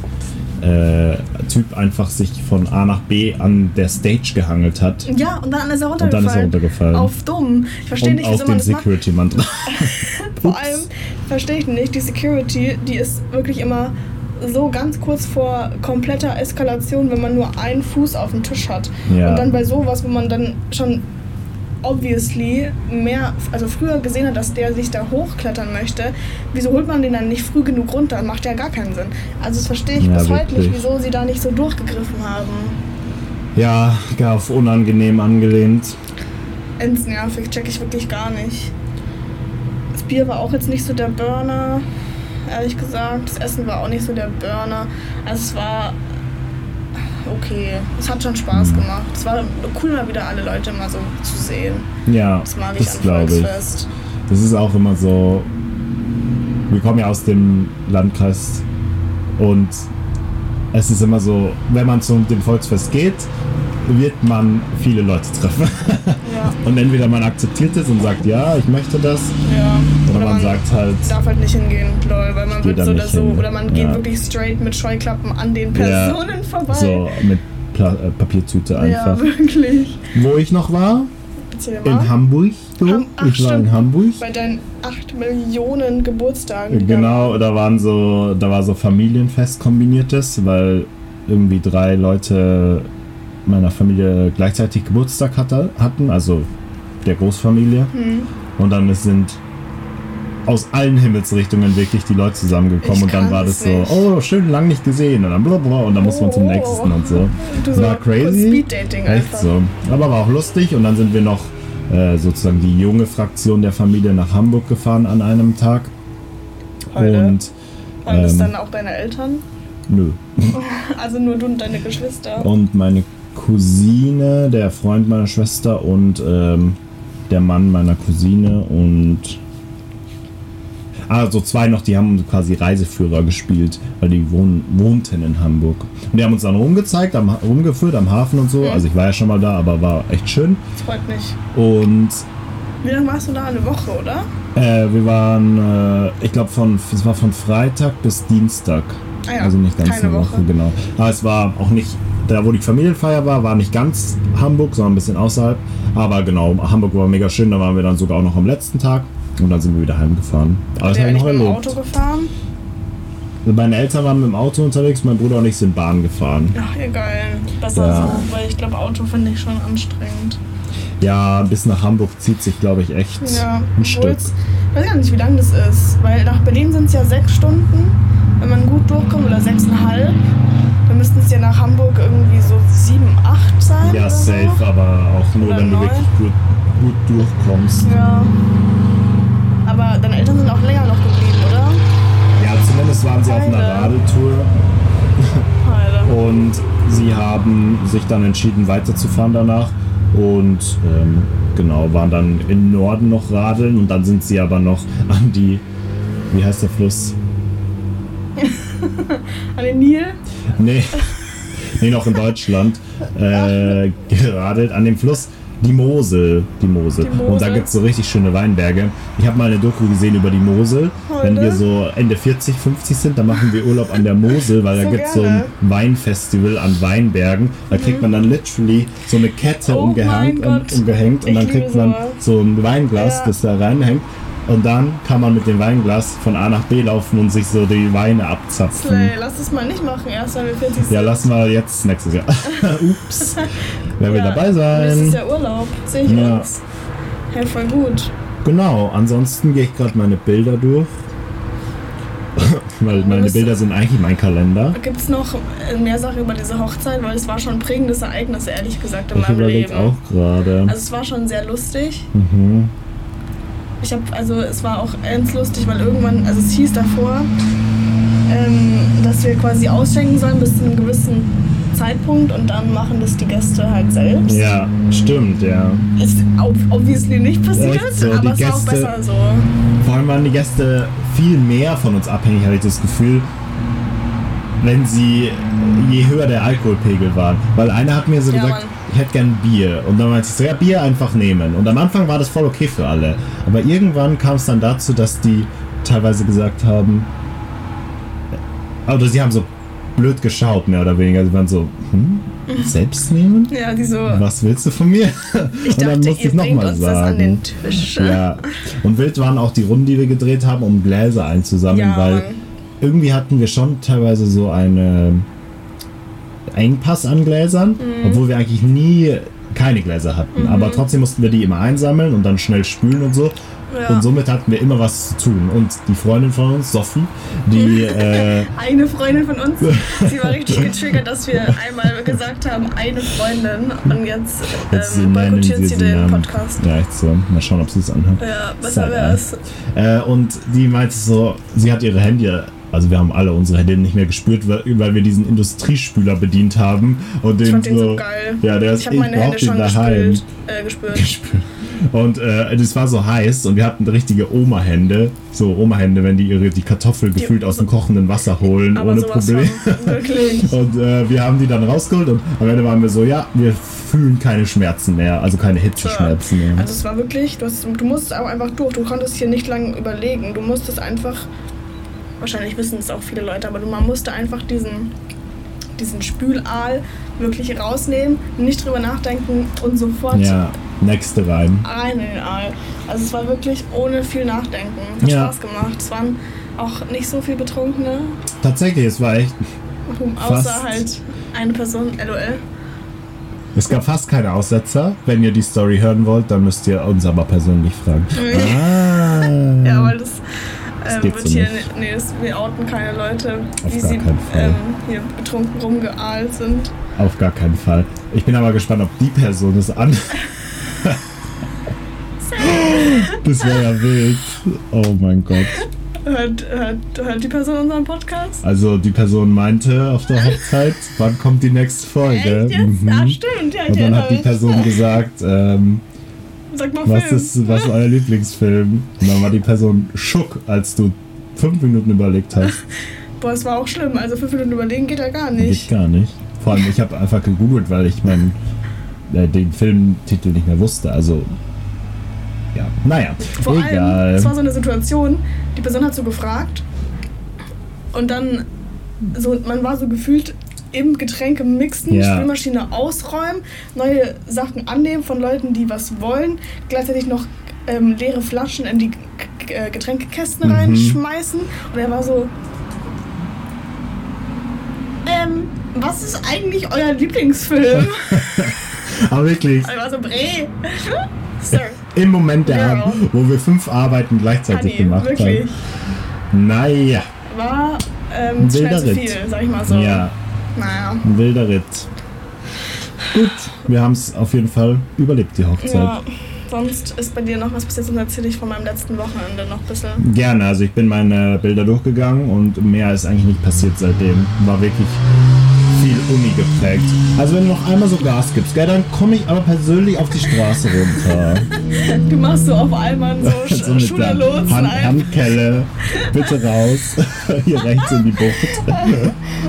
äh, Typ einfach sich von A nach B an der Stage gehangelt hat.
Ja, und dann ist er
Und dann
runtergefallen.
ist er runtergefallen.
Auf dumm. Ich verstehe
und
nicht, wieso
auf
man
den
das macht.
Security-Mann drauf.
[LAUGHS] Vor allem verstehe ich nicht, die Security, die ist wirklich immer so ganz kurz vor kompletter Eskalation, wenn man nur einen Fuß auf dem Tisch hat.
Ja.
Und dann bei sowas, wo man dann schon obviously mehr, also früher gesehen hat, dass der sich da hochklettern möchte, wieso holt man den dann nicht früh genug runter? Macht ja gar keinen Sinn. Also das verstehe ich
Ja,
bis heute nicht,
wirklich.
wieso sie da nicht so durchgegriffen haben.
Ja, gar auf unangenehm angelehnt.
Ins Nervig check ich wirklich gar nicht. Das Bier war auch jetzt nicht so der Burner, ehrlich gesagt. Das Essen war auch nicht so der Burner. Also es war okay. Es hat schon
Mhm.
Spaß gemacht. Es war cool, mal wieder alle Leute mal so zu sehen.
Ja,
Das mag
das
ich an
glaube ich.
Volksfest.
Das ist auch immer so. Wir kommen ja aus dem Landkreis und es ist immer so, wenn man zu dem Volksfest geht, wird man viele Leute treffen. [LAUGHS]
Ja,
Und entweder man akzeptiert es und sagt, ja, ich möchte das,
ja.
oder, man, sagt halt,
darf halt nicht hingehen, lol, weil man
Geht
wird
da
so
nicht
oder so,
hin.
oder man geht
Ja.
wirklich straight mit Scheuklappen an den
Ja.
Personen vorbei.
so mit Pla äh, Papiertüte einfach.
Ja, [LAUGHS] wirklich.
Wo ich noch war,
Erzähl mal.
in Hamburg. So.
Ham- ach,
ich war in
stimmt.
Hamburg.
Bei deinen 8 Millionen Geburtstagen. die
Genau, da waren so, da war so Familienfest kombiniertes, weil irgendwie drei Leute meiner Familie gleichzeitig Geburtstag hatte, hatten, also der Großfamilie.
da- Hm.
Und dann es sind aus allen Himmelsrichtungen wirklich die Leute zusammengekommen
Ich
und dann
kann
war
es
das so,
nicht.
oh, schön lang nicht gesehen und dann blablabla und dann muss man zum
Oh.
nächsten und so.
Du
War crazy.
Speed-Dating
Echt
einfach.
so. Aber war auch lustig und dann sind wir noch äh, sozusagen die junge Fraktion der Familie nach Hamburg gefahren an einem Tag.
Heute.
Und
Waren das
Ähm.
dann auch deine Eltern?
nö,
Also nur du und deine Geschwister.
und meine Cousine, der Freund meiner Schwester und ähm, der Mann meiner Cousine und ah, so zwei noch, die haben quasi Reiseführer gespielt, weil die wohn wohnten in Hamburg. Und die haben uns dann rumgezeigt, am, Ha- rumgeführt am Hafen und so.
Mhm.
Also ich war ja schon mal da, aber war echt schön.
Das freut mich.
Und
Wie lange warst du da? Eine Woche, oder?
äh, wir waren, äh, ich glaube, von es war von Freitag bis Dienstag.
Ah ja,
also nicht ganz
keine
eine Woche.
Woche.
genau. Aber es war auch nicht, da wo die Familienfeier war, war nicht ganz Hamburg, sondern ein bisschen außerhalb. Aber genau, Hamburg war mega schön, da waren wir dann sogar auch noch am letzten Tag und dann sind wir wieder heimgefahren. Aber das
Der
habe
eigentlich
ich noch
mit dem
erlebt. Also
Auto gefahren?
Meine Eltern waren mit dem Auto unterwegs, mein Bruder und ich sind Bahn gefahren.
Ach, egal. Besser
Ja.
so, weil ich glaube, Auto finde ich schon anstrengend.
Ja, bis nach Hamburg zieht sich, glaube ich, echt
Ja,
ein Stück.
obwohl's- Ich weiß gar nicht, wie lang das ist, weil nach Berlin sind es ja sechs Stunden, wenn man gut durchkommt, oder sechseinhalb. Dann müssten es ja nach Hamburg irgendwie so sieben, acht sein.
Ja,
oder so.
safe, aber auch nur,
Oder
wenn du
neu.
wirklich gut, gut durchkommst.
Ja. Aber deine Eltern sind auch länger noch geblieben, oder?
Ja, zumindest waren sie auf einer
Alter.
Radeltour
Alter.
und sie haben sich dann entschieden weiterzufahren danach und ähm, genau, waren dann im Norden noch radeln und dann sind sie aber noch an die, wie heißt der Fluss? Oh.
An den Nil?
Nee, nee noch in Deutschland äh, geradelt an dem Fluss. Die Mosel, die Mosel.
Die Mosel.
Und da gibt es so richtig schöne Weinberge. Ich habe mal eine Doku gesehen über die Mosel.
Heute?
Wenn wir so Ende 40, 50 sind, dann machen wir Urlaub an der Mosel, weil da
So
gibt es so ein
gerne. Mhm.
Weinfestival an Weinbergen. Da kriegt man dann literally so eine Kette
Oh
umgehängt,
mein
und,
Gott.
umgehängt und
Ich
dann
liebe
kriegt man
sowas.
so ein Weinglas,
Ja.
das da reinhängt. Und dann kann man mit dem Weinglas von A nach B laufen und sich so die Weine abzapfen.
Slay, lass es mal nicht machen, erst wenn wir 40 sind.
Ja, lass mal jetzt
[LAUGHS]
nächstes Jahr. Ups. Wer will
Ja,
dabei
Nächstes
sein?
Jahr Urlaub, sehe ich
Ja.
uns. Ja, voll gut.
Genau, ansonsten gehe ich gerade meine Bilder durch. [LAUGHS] Weil meine
müssen-
Bilder sind eigentlich mein Kalender.
Gibt es noch äh, mehr Sachen über diese Hochzeit? Weil es war schon ein prägendes Ereignis, ehrlich gesagt, in
Ich
meinem
überlege
Leben.
auch gerade.
Also es war schon sehr lustig.
mhm.
Ich habe, also es war auch ernst lustig, weil irgendwann, also es hieß davor, ähm, dass wir quasi ausschenken sollen bis zu einem gewissen Zeitpunkt und dann machen das die Gäste halt selbst.
Ja, stimmt, ja.
Ist ob- obviously nicht passiert,
Echt so,
aber es
die
war auch
Gäste-
besser so.
Vor allem waren die Gäste viel mehr von uns abhängig, hatte ich das Gefühl, wenn sie, je höher der Alkoholpegel war. Weil einer hat mir so
Ja,
gesagt,
Mann.
ich hätte gern Bier. Und dann meinte ich so, ja, Bier einfach nehmen. Und am Anfang war das voll okay für alle. Aber irgendwann kam es dann dazu, dass die teilweise gesagt haben, oder sie haben so blöd geschaut, mehr oder weniger. Sie waren so,
[LAUGHS]
hm, selbst nehmen?
Ja, die so,
Was willst du von mir?
ich
Und dann
dachte,
musste
ihr
ich noch
bringt
mal
uns das an
sagen.
den Tisch.
Ja. Und wild waren auch die Runden, die wir gedreht haben, um Gläser einzusammeln,
Ja,
weil
Mann.
irgendwie hatten wir schon teilweise so einen Engpass an Gläsern,
Mhm.
obwohl wir eigentlich nie keine Gläser hatten. Aber trotzdem mussten wir die immer einsammeln und dann schnell spülen und so.
Ja.
Und somit hatten wir immer was zu tun. Und die Freundin von uns, Sophie,
[LAUGHS]
die äh,
Eine Freundin von
[LAUGHS]
uns, sie war richtig getriggert, dass wir einmal gesagt haben, eine Freundin und jetzt,
jetzt
ähm,
nennen
boykottiert
wir
sie
sie
den
Namen.
Podcast.
Ja, echt so. Mal schauen, ob sie es anhört.
Ja, besser
Sad,
wär's.
Äh, und die meinte so, sie hat ihre Handy, Also wir haben alle unsere Hände nicht mehr gespürt, weil weil wir diesen Industriespüler bedient haben. Und den
Ich fand den
so,
so geil.
Ja, der ist
ich habe meine
brauch
Hände
den
schon
daheim.
gespürt. Äh, gespürt.
gespürt. Und äh, das war so heiß und wir hatten richtige Oma-Hände. So Oma-Hände, wenn die ihre die Kartoffel gefühlt aus dem kochenden Wasser holen,
Aber
ohne
sowas
Problem.
von [LAUGHS]
[LAUGHS]
wirklich.
Und äh, wir haben die dann rausgeholt und am Ende waren wir so, ja, wir fühlen keine Schmerzen mehr, also keine Hitzeschmerzen mehr.
Also es war wirklich, du, hast, du musstest aber einfach durch, du konntest hier nicht lange überlegen. Du musstest einfach, wahrscheinlich wissen es auch viele Leute, aber du, man musste einfach diesen, diesen Spülaal wirklich rausnehmen, nicht drüber nachdenken und sofort
ja, nächste rein.
rein in den Aal. Also es war wirklich ohne viel Nachdenken. Hat
Ja.
Spaß gemacht. Es waren auch nicht so viel Betrunkene,
Tatsächlich, es war echt,
außer
Fast. Mhm.
halt eine Person, LOL.
es gab fast keine Aussetzer. Wenn ihr die Story hören wollt, dann müsst ihr uns aber persönlich
[LAUGHS]
fragen. Ah,
Ja, weil das, äh,
geht
wird
so
hier.
nicht.
Nee, das, wir outen keine Leute,
Auf
wie
gar
sie
keinen Fall.
ähm, hier betrunken rumgeahlt sind.
auf gar keinen Fall. Ich bin aber gespannt, ob die Person es an...
[LAUGHS]
Das wäre ja wild. Oh mein Gott.
Hört, hört, hört die Person unseren Podcast?
Also die Person meinte auf der Hochzeit, wann kommt die nächste Folge?
Echt jetzt?
Mhm.
Ah, stimmt. Ja,
Und
die
dann hat
erinnere
die
mich.
Person gesagt, ähm,
Sag mal
was
Film.
ist was ist euer Lieblingsfilm? Und dann war die Person schock, als du fünf Minuten überlegt hast.
Boah, es war auch schlimm. Also fünf Minuten überlegen geht ja gar
Ich
nicht.
gar nicht. Vor allem, ich habe einfach gegoogelt, weil ich meinen äh, den Filmtitel nicht mehr wusste. Also ja, naja,
Vor allem,
egal.
es war so eine Situation, die Person hat so gefragt und dann, so, man war so gefühlt im Getränk im Mixen,
Ja.
Spülmaschine ausräumen, neue Sachen annehmen von Leuten, die was wollen, gleichzeitig noch ähm, leere Flaschen in die K- K- äh, Getränkekästen
Mhm.
reinschmeißen und er war so, ähm, was ist eigentlich euer Lieblingsfilm?
[LAUGHS] Aber wirklich,
und er war so, Bree, [LAUGHS] Sir,
im Moment der
Ja.
Hand, wo wir fünf Arbeiten gleichzeitig
Honey,
gemacht
wirklich.
haben. Naja,
war ähm,
Ein wilder
schnell zu viel,
Ritt.
sag ich mal so.
ja.
Naja.
Ein wilder Ritt. Gut, wir haben es auf jeden Fall überlebt, die Hochzeit.
Ja, sonst ist bei dir noch was passiert, sonst erzähle ich von meinem letzten Wochenende noch ein bisschen.
Gerne, also ich bin meine Bilder durchgegangen und mehr ist eigentlich nicht passiert seitdem. War wirklich viel Uni geprägt. Also wenn du noch einmal so Gas gibst, gell, dann komme ich aber persönlich auf die Straße runter.
[LAUGHS] Du machst so auf einmal so, Sch-
Mm. [LAUGHS] so mit
Schule
der
los,
Hand,
live.
Handkelle, bitte raus, [LAUGHS] hier rechts in die Bucht.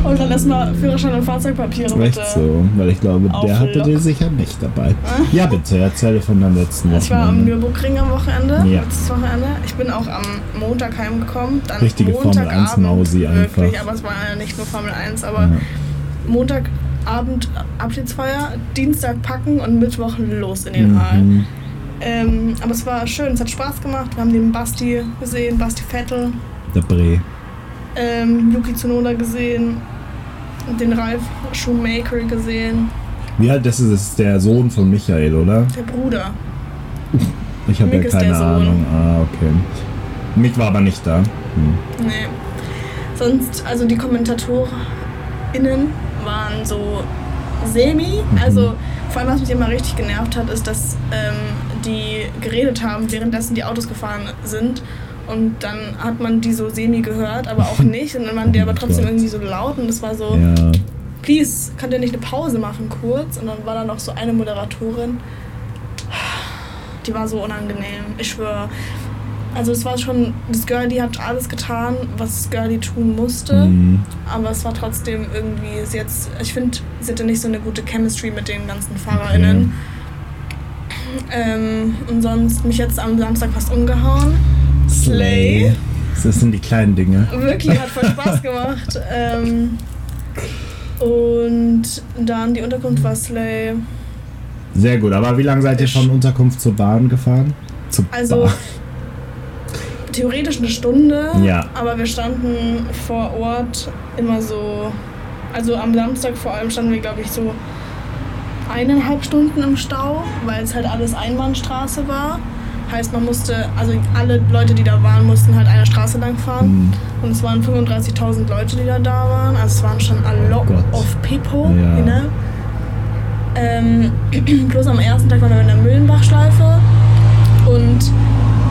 Und dann erstmal Führerschein und Fahrzeugpapiere bitte.
Recht so, weil ich glaube,
Auf
der hatte
Lock.
den sicher nicht
[LAUGHS]
dabei. Ja, bitte, erzähle von deinem letzten
Ich war am
Wochenende.
Nürburgring am Wochenende,
Mhm. Ja.
letztes Wochenende. Ich bin auch am Montag heimgekommen. Dann
Richtige Formel
Montagabend,
1 Mausi einfach.
Wirklich, aber es war ja nicht nur Formel 1, aber
Ja.
Montagabend Abschiedsfeier, Dienstag packen und Mittwoch los in den Aal.
Mhm.
Ähm, aber es war schön, es hat Spaß gemacht. Wir haben den Basti gesehen, Basti Vettel,
Der Bre.
ähm, Yuki Tsunoda gesehen, den Ralf Shoemaker gesehen,
Wie alt das ist, das ist der Sohn von Michael, oder?
der Bruder.
Ich habe
Mick
ja
ist der
keine
Sohn.
Ahnung. Ah, okay. Mick war aber nicht da. Hm.
Nee. Sonst, also die KommentatorInnen waren so semi. Also vor allem, was mich immer richtig genervt hat, ist, dass ähm, die geredet haben, währenddessen die Autos gefahren sind. Und dann hat man die so semi gehört, aber auch nicht. Und dann waren die aber trotzdem irgendwie so laut und es war so.
Ja.
please, könnt ihr nicht eine Pause machen kurz? Und dann war da noch so eine Moderatorin, die war so unangenehm, ich schwöre. Also es war schon, das Girlie hat alles getan, was Girlie tun musste,
Hm.
aber es war trotzdem irgendwie, sie jetzt, ich finde, sie hatte nicht so eine gute Chemistry mit den ganzen FahrerInnen. Ähm, und sonst mich jetzt am Samstag fast umgehauen. Slay.
Das sind die kleinen Dinge.
Wirklich, hat voll Spaß gemacht. ähm, und dann die Unterkunft war Slay.
Sehr gut. Aber wie lange seid ihr von Unterkunft zur Bahn gefahren? Zur
Also
Bahn.
theoretisch eine Stunde,
Ja.
aber wir standen vor Ort immer so, also am Samstag vor allem standen wir, glaube ich, so eineinhalb Stunden im Stau, weil es halt alles Einbahnstraße war. Heißt, man musste, also alle Leute, die da waren, mussten halt eine Straße lang fahren.
Hm.
Und es waren 35.000 Leute, die da da waren. Also es waren schon a lot
Oh Gott.
of people.
Ja.
Ne? Ähm, [CLEARS THROAT] bloß am ersten Tag waren wir in der Mühlenbachschleife und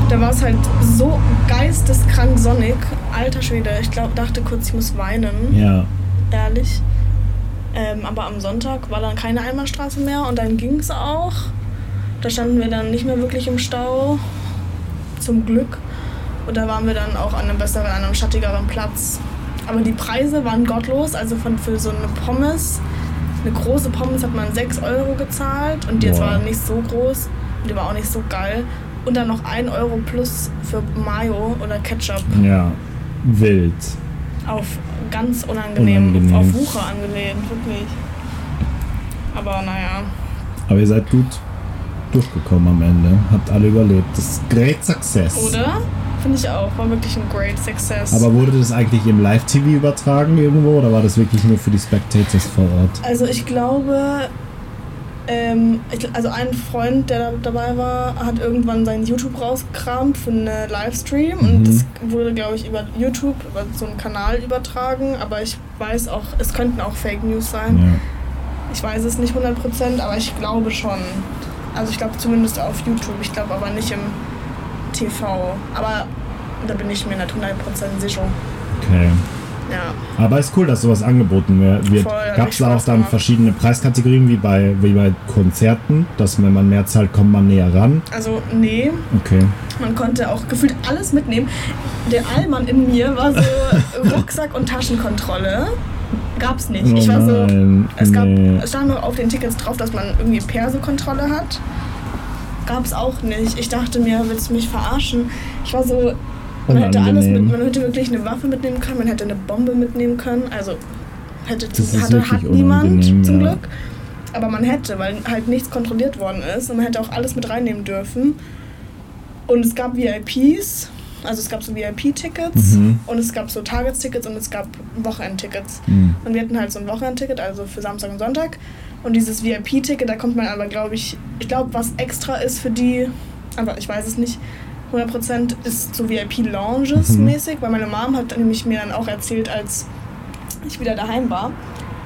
da war es halt so geisteskrank sonnig. alter Schwede, ich glaub, dachte kurz, ich muss weinen,
Ja.
ehrlich. Ähm, aber am Sonntag war dann keine Einbahnstraße mehr und dann ging es auch. Da standen wir dann nicht mehr wirklich im Stau, zum Glück. Und da waren wir dann auch an einem besseren, an einem schattigeren Platz. Aber die Preise waren gottlos, also von, für so eine Pommes, eine große Pommes hat man 6 Euro gezahlt und die jetzt
Boah.
war nicht so groß und die war auch nicht so geil. Und dann noch 1 Euro plus für Mayo oder Ketchup
Ja. Wild.
auf ganz unangenehm,
Unangenehm.
auf Wucher angelehnt, wirklich. Aber naja,
Aber ihr seid gut durchgekommen am Ende. Habt alle überlebt. Das ist great success.
oder? Finde ich auch, war wirklich ein great success.
Aber wurde das eigentlich im Live-TV übertragen irgendwo oder war das wirklich nur für die Spectators vor Ort?
also ich glaube, ähm, ich, also ein Freund, der da dabei war, hat irgendwann sein YouTube rausgekramt für einen Livestream und
Mhm.
das wurde, glaube ich, über YouTube, über so einen Kanal übertragen, aber ich weiß auch, es könnten auch Fake News sein.
Ja.
Ich weiß es nicht 100%, aber ich glaube schon. Also ich glaube zumindest auf YouTube, ich glaube aber nicht im TV. Aber da bin ich mir nicht 100% sicher.
Okay.
Ja.
Aber ist cool, dass sowas angeboten wer- wird.
Voll, hat
Gab
echt
es da auch
Spaß
dann
gemacht.
verschiedene Preiskategorien wie bei, wie bei Konzerten, dass wenn man mehr zahlt, kommt man näher ran?
Also nee,
Okay.
man konnte auch gefühlt alles mitnehmen. Der Allmann in mir war so Rucksack- und Taschenkontrolle. Gab's nicht. Ich war so,
Oh nein,
Es, gab,
nee.
es stand nur auf den Tickets drauf, dass man irgendwie Persekontrolle hat. Gab es auch nicht. Ich dachte mir, willst du mich verarschen? Ich war so. Man hätte, alles mit,
Unangenehm.
man hätte wirklich eine Waffe mitnehmen können, man hätte eine Bombe mitnehmen können. Also hätte,
Das ist
hatte, hat
wirklich
niemand
unangenehm,
zum
ja.
Glück. Aber man hätte, weil halt nichts kontrolliert worden ist und man hätte auch alles mit reinnehmen dürfen. Und es gab VIPs, also es gab so VIP-Tickets
Mhm.
und es gab so Tagestickets und es gab Wochenendtickets.
Hm.
Und wir hatten halt so ein Wochenendticket, also für Samstag und Sonntag. Und dieses VIP-Ticket, da kommt man aber, glaube ich, ich glaube, was extra ist für die, aber ich weiß es nicht, 100% ist so VIP-Lounges
Mhm.
mäßig, weil meine Mom hat nämlich mir dann auch erzählt, als ich wieder daheim war,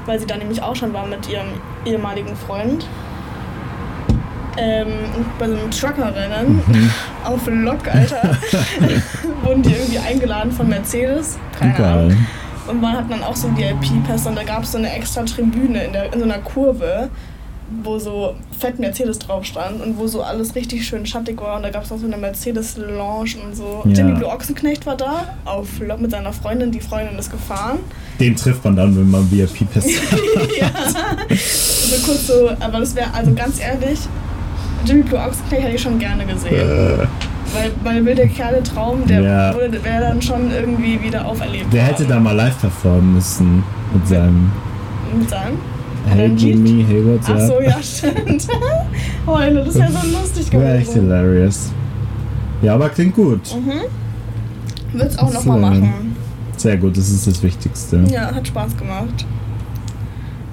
weil sie da nämlich auch schon war mit ihrem ehemaligen Freund. Ähm, bei so einem Truckerrennen [LAUGHS] auf Lok, Alter, [LAUGHS] wurden die irgendwie eingeladen von Mercedes. Keine Ahnung.
Egal.
Und man hat dann auch so VIP-Pässe und da gab es so eine extra Tribüne in, der, in so einer Kurve, wo so fett Mercedes drauf stand und wo so alles richtig schön schattig war und da gab es noch so eine Mercedes-Lounge und so.
Ja.
Jimmy Blue Ochsenknecht war da, auf Lok mit seiner Freundin, die Freundin ist gefahren.
Den trifft man dann, wenn man VIP-Pässe
[LAUGHS] ja. So Also kurz so, aber das wäre, also ganz ehrlich, Jimmy Blue Ochsenknecht hätte ich schon gerne gesehen.
hat.
Weil, weil wilde Kerle Traum, der
Ja.
wurde- wäre dann schon irgendwie wieder auferlebt.
Der hätte da mal live performen müssen mit seinem
Mit seinem?
Hey
Dann
Jimmy, hey what's
Ach so,
up?
ja, [LAUGHS] stimmt. Heule, das wäre so lustig
Wäre echt
gewesen.
hilarious. Ja, aber klingt gut.
Mhm. Wird's auch
So.
nochmal machen.
Sehr gut, das ist das Wichtigste.
Ja, hat Spaß gemacht.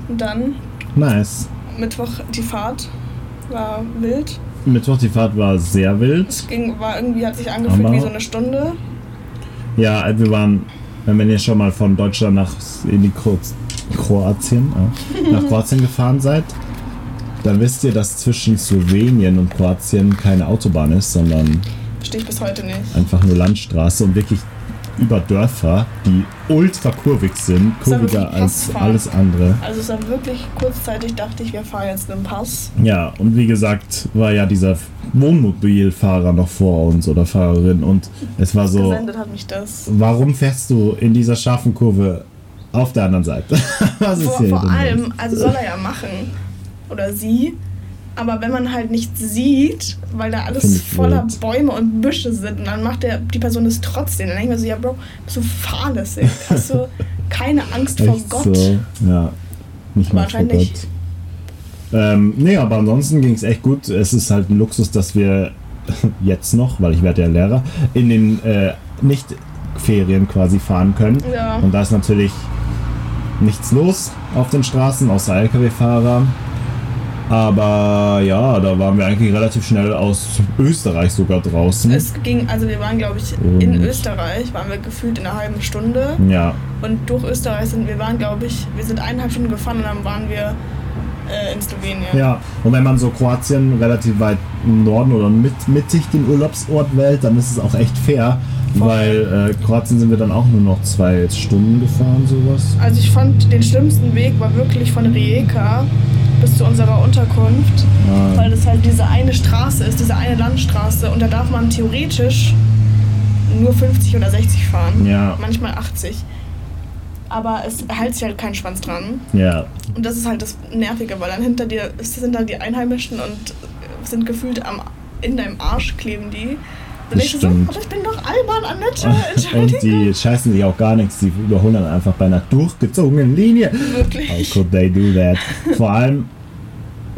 Und dann
Nice.
Mittwoch die Fahrt war wild.
Mittwoch die Fahrt war sehr wild.
Es ging, war irgendwie, hat sich angefühlt
Aber-
wie so eine Stunde.
Ja, äh, wir waren, wenn ihr schon mal von Deutschland nach S- in die Kro Kroatien, äh, nach Kroatien gefahren seid, dann wisst ihr, dass zwischen Slowenien und Kroatien keine Autobahn ist, sondern
Verstehe ich bis heute nicht.
einfach nur Landstraße und wirklich über Dörfer, die ultra kurvig sind,
Sollen wir
kurviger
die
als
Passfahrt?
alles andere.
Also es war wirklich kurzzeitig, dachte ich, wir fahren jetzt einen Pass.
Ja, und wie gesagt, war ja dieser Wohnmobilfahrer noch vor uns oder Fahrerin und es war so,
Gesendet hat mich das.
warum fährst du in dieser scharfen Kurve auf der anderen Seite? [LAUGHS] Was
Vor,
hier
vor
denn los?
allem, also soll er ja machen. Oder sie. Aber wenn man halt nichts sieht, weil da
Find
alles
ich
voller
blöd.
Bäume und Büsche sind, und dann macht der, die Person das trotzdem. Dann denke ich mir so, ja Bro, bist du fahrlässig? Hast du keine Angst vor
Echt
Gott?
So. Ja, nicht mal vor
Wahrscheinlich
Gott.
nicht.
Ähm, nee, aber ansonsten ging es echt gut. Es ist halt ein Luxus, dass wir [LAUGHS] jetzt noch, weil ich werde ja Lehrer, in den äh, Nicht-Ferien quasi fahren können.
Ja.
Und da ist natürlich nichts los auf den Straßen, außer Lkw-Fahrer. Aber ja, da waren wir eigentlich relativ schnell aus Österreich sogar draußen.
Es ging, also wir waren glaube ich
Und-
in Österreich, waren wir gefühlt in einer halben Stunde.
ja,
Und durch Österreich sind wir waren glaube ich, wir sind eineinhalb Stunden gefahren und dann waren wir äh, in Slowenien.
Ja, und wenn man so Kroatien relativ weit im Norden oder mit, mittig den Urlaubsort wählt, dann ist es auch echt fair, Weil äh, Kroatien sind wir dann auch nur noch zwei Stunden gefahren, sowas.
Also ich fand, den schlimmsten Weg war wirklich von Rijeka bis zu unserer Unterkunft,
Ja.
weil das halt diese eine Straße ist, diese eine Landstraße und da darf man theoretisch nur 50 oder 60 fahren,
Ja.
manchmal 80. Aber es hält sich halt kein Schwanz dran.
Ja,
Und das ist halt das Nervige, weil dann hinter dir sind dann die Einheimischen und sind gefühlt am, in deinem Arsch kleben die. Dann
Das
denkst du so,
stimmt.
aber ich bin doch albern an Nature,
[LAUGHS] Und
entschuldige.
die scheißen sich auch gar nichts, die überholen dann einfach bei einer durchgezogenen Linie. How
Wirklich.
could they do that? Vor allem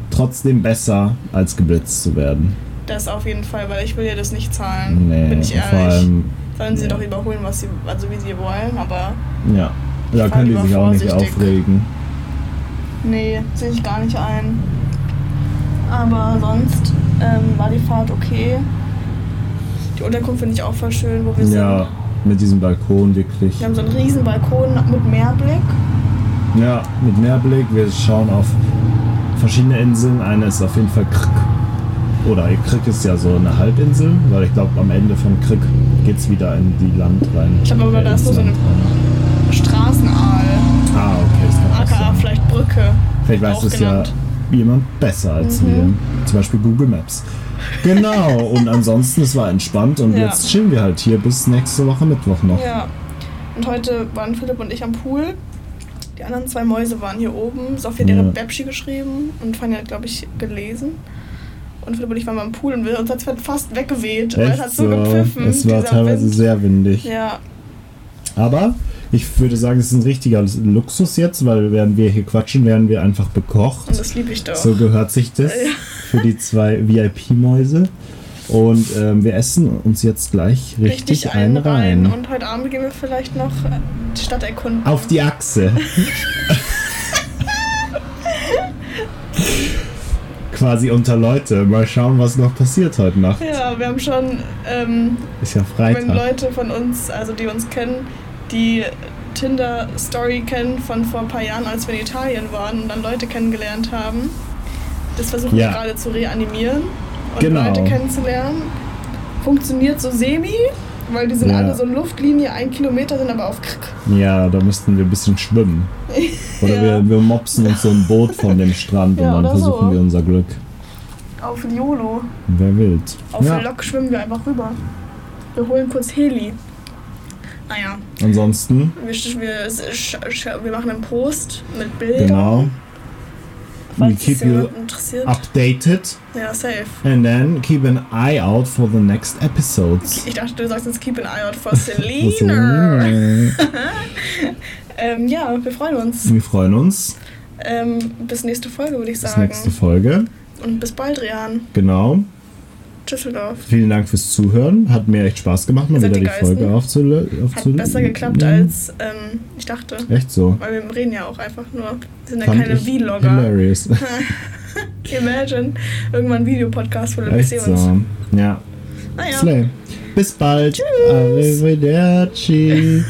trotzdem besser, als geblitzt zu werden.
Das auf jeden Fall, weil ich will dir das nicht zahlen,
Nee,
bin ich
vor
ehrlich.
allem.
Sollen sie
nee.
doch überholen, was sie, also wie sie wollen, aber
Ja. Da
Ich
können die
fahr
sich
lieber
auch nicht
vorsichtig.
aufregen.
nee, sehe ich gar nicht ein. Aber sonst ähm, war die Fahrt okay. Die Unterkunft finde ich auch voll schön, wo wir
Ja,
sind.
mit diesem Balkon wirklich.
Wir haben so einen riesen Balkon mit Meerblick.
Ja, mit Meerblick. Wir schauen auf verschiedene Inseln. Eine ist auf jeden Fall Krk. Oder Krk ist ja so eine Halbinsel, weil ich glaube, am Ende von Krk geht es wieder in die Land rein.
Ich hab aber
Äh,
da ist
ins
nur so eine-
Land
Straßenaal,
rein. Ah, okay. Das kann auch
aka
sein.
vielleicht Brücke.
Vielleicht weiß
auch
es ja
genannt.
jemand besser
Mhm.
als wir. Zum Beispiel Google Maps. Genau, und ansonsten, es war entspannt und
Ja.
jetzt chillen wir halt hier bis nächste Woche Mittwoch noch.
Ja. Und heute waren Philipp und ich am Pool. Die anderen zwei Mäuse waren hier oben. Sophie hat ihre
Ja.
Bäbschi geschrieben und Fanny hat, glaube ich, gelesen. Und Philipp und ich waren beim Pool und wir, uns hat fast weggeweht. weil es hat so, gepfiffen.
es war
dieser
teilweise
Wind.
sehr windig.
Ja,
Aber ich würde sagen, es ist ein richtiger Luxus jetzt, weil während wir hier quatschen, werden wir einfach
und
bekocht.
das liebe ich doch.
So gehört sich das
Ja.
für die zwei VIP-Mäuse. Und ähm, wir essen uns jetzt gleich richtig, einen rein.
Und heute Abend gehen wir vielleicht noch äh, die Stadt erkunden.
Auf
[LAUGHS]
die Achse. Quasi unter Leute. Mal schauen, was noch passiert heute Nacht.
ja, wir haben schon ähm,
Ist ja
wenn
Freitag.
Leute von uns, also die uns kennen, die Tinder-Story kennen von vor ein paar Jahren, als wir in Italien waren und dann Leute kennengelernt haben. Das versuchen
Ja.
wir gerade zu reanimieren und
Genau.
Leute kennenzulernen. Funktioniert so semi, weil die sind
Ja.
alle so in Luftlinie, ein Kilometer sind aber auf Krieg.
Ja, da müssten wir ein bisschen schwimmen. Oder
Ja.
wir, wir mopsen uns so ein Boot von dem Strand
Ja,
und dann
oder so.
versuchen wir unser Glück.
Auf YOLO.
Wer will.
Auf
ja.
Lok schwimmen wir einfach rüber. Wir holen kurz Heli. Naja,
Ansonsten,
wir, wir, wir machen einen Post mit Bildern.
genau. We
Falls es
keep you
jemanden interessiert.
updated
Ja, safe.
and then keep an eye out for the next episodes.
Ich dachte, du sagst jetzt Keep an Eye out
[LAUGHS]
for Selena. [LAUGHS] ähm, ja, wir freuen uns.
Also, Wir freuen uns.
Ähm, bis nächste Folge, würde ich
Bis
sagen.
nächste Folge.
Und bis bald, Rian.
Genau.
Tschüsseldorf.
Vielen Dank fürs Zuhören. Hat mir echt Spaß gemacht, mal
Ihr seid
wieder die,
die
Folge
Geilsten.
aufzulösen.
Hat besser geklappt, als ähm, ich dachte.
Echt so.
Weil wir reden ja auch einfach nur. Wir sind ja
Fand
keine
ich
Vlogger.
Hilarious.
Imagine. Irgendwann ein Videopodcast, wo wir
Echt
sehen uns.
so. Ja.
Naja.
Slay. Bis bald. Tschüss. Arrivederci.